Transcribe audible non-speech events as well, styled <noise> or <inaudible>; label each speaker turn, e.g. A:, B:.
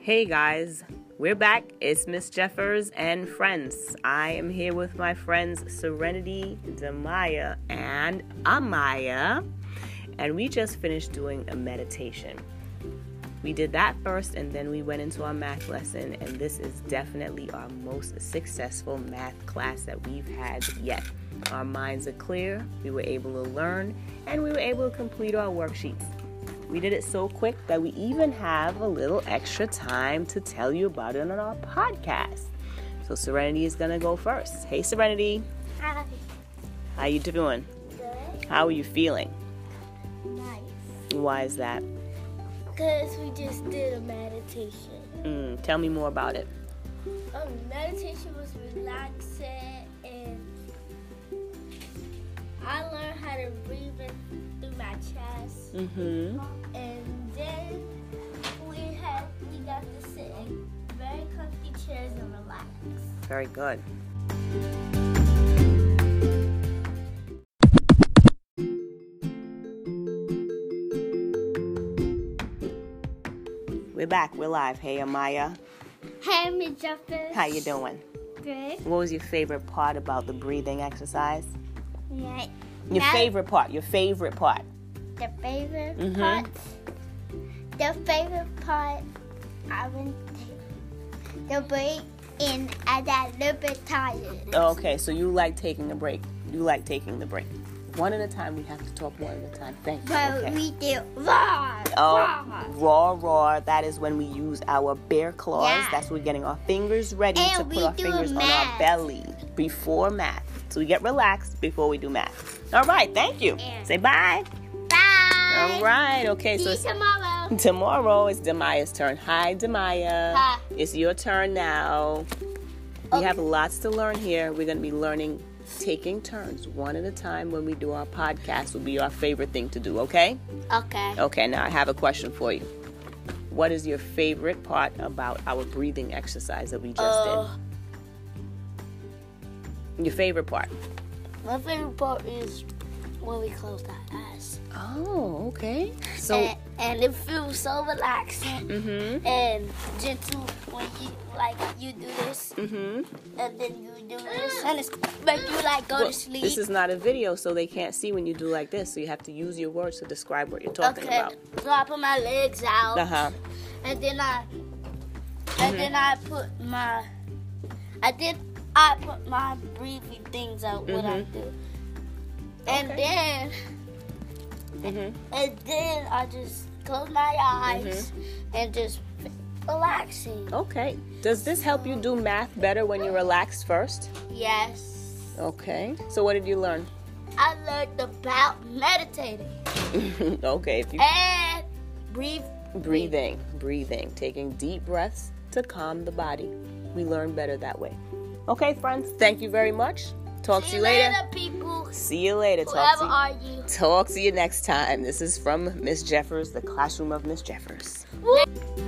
A: Hey guys, we're back. It's Miss Jeffers and friends. I am here with my friends Serenity, Demaya, and Amaya, and we just finished doing a meditation. We did that first, and then we went into our math lesson, and this is definitely our most successful math class that we've had yet. Our minds are clear, we were able to learn, and we were able to complete our worksheets. We did it so quick that we even have a little extra time to tell you about it on our podcast. So Serenity is gonna go first. Hey Serenity,
B: Hi.
A: how you doing?
B: Good.
A: How are you feeling?
B: Nice.
A: Why is that?
B: Because we just did a meditation.
A: Mm, tell me more about it.
B: Um, meditation was relaxing and I learned how to breathe in through my chest.
A: Mm-hmm.
B: And then we had we got to sit in very comfy chairs and relax.
A: Very good. We're back. We're live. Hey, Amaya.
B: Hey, Miss Jeffers.
A: How you doing?
B: Good.
A: What was your favorite part about the breathing exercise?
B: Right.
A: Your
B: That-
A: favorite part. Your favorite part.
B: The favorite
A: Mhm.
B: part. The favorite part. I went the break, and I got a little bit tired.
A: Okay, so you like taking a break. You like taking the break. One at a time. We have to talk one at a time. Thank you.
B: But
A: okay.
B: we did raw,
A: Oh,
B: raw.
A: raw, raw. That is when we use our bare claws.
B: Yeah.
A: That's when we're getting our fingers ready
B: And
A: to
B: we
A: put our
B: do
A: fingers on our
B: math.
A: belly before math. So we get relaxed before we do math. All right, thank you.
B: And-
A: Say bye.
B: Bye.
A: All right, okay.
B: See
A: So
B: you
A: it's-
B: tomorrow.
A: tomorrow is Demaya's turn. Hi, Demaya.
B: Hi.
A: It's your turn now. We
B: Okay.
A: have lots to learn here. We're going to be learning taking turns one at a time when we do our podcast. Will be our favorite thing to do. Okay.
B: Okay.
A: Okay, now I have a question for you. What is your favorite part about our breathing exercise that we just
B: Uh,
A: did? Your favorite part?
B: my favorite part is when we close our eyes.
A: Oh, okay. So,
B: and, and it feels so relaxing
A: mm
B: and gentle when you like you do this
A: hmm, mm hmm.
B: and then you do this and it's make you like go to sleep.
A: This is not a video, so they can't see when you do like this, so you have to use your words to describe what you're talking
B: okay.
A: about.
B: So I put my legs out
A: Uh huh.
B: and then I and
A: Mm-hmm.
B: then I put my I did I put my breathing things out what I do. And
A: Mm-hmm. Okay.
B: then
A: Mm
B: and then I just close my eyes
A: Mm-hmm.
B: and just relaxing.
A: hmm. Okay. Does this help you do math better when you're relaxed first?
B: Yes.
A: Okay. So, what did you learn? <laughs>
B: I learned about meditating
A: okay, if you
B: and breathe.
A: Breathing, breathing, taking deep breaths to calm the body. We learn better that way. Okay, friends, thank you very much. Talk to you later.
B: people.
A: See you later. Talk
B: Whoever
A: to you.
B: are you?
A: Talk to you next time. This is from Miss Jeffers, the classroom of Miss Jeffers.
B: Woo!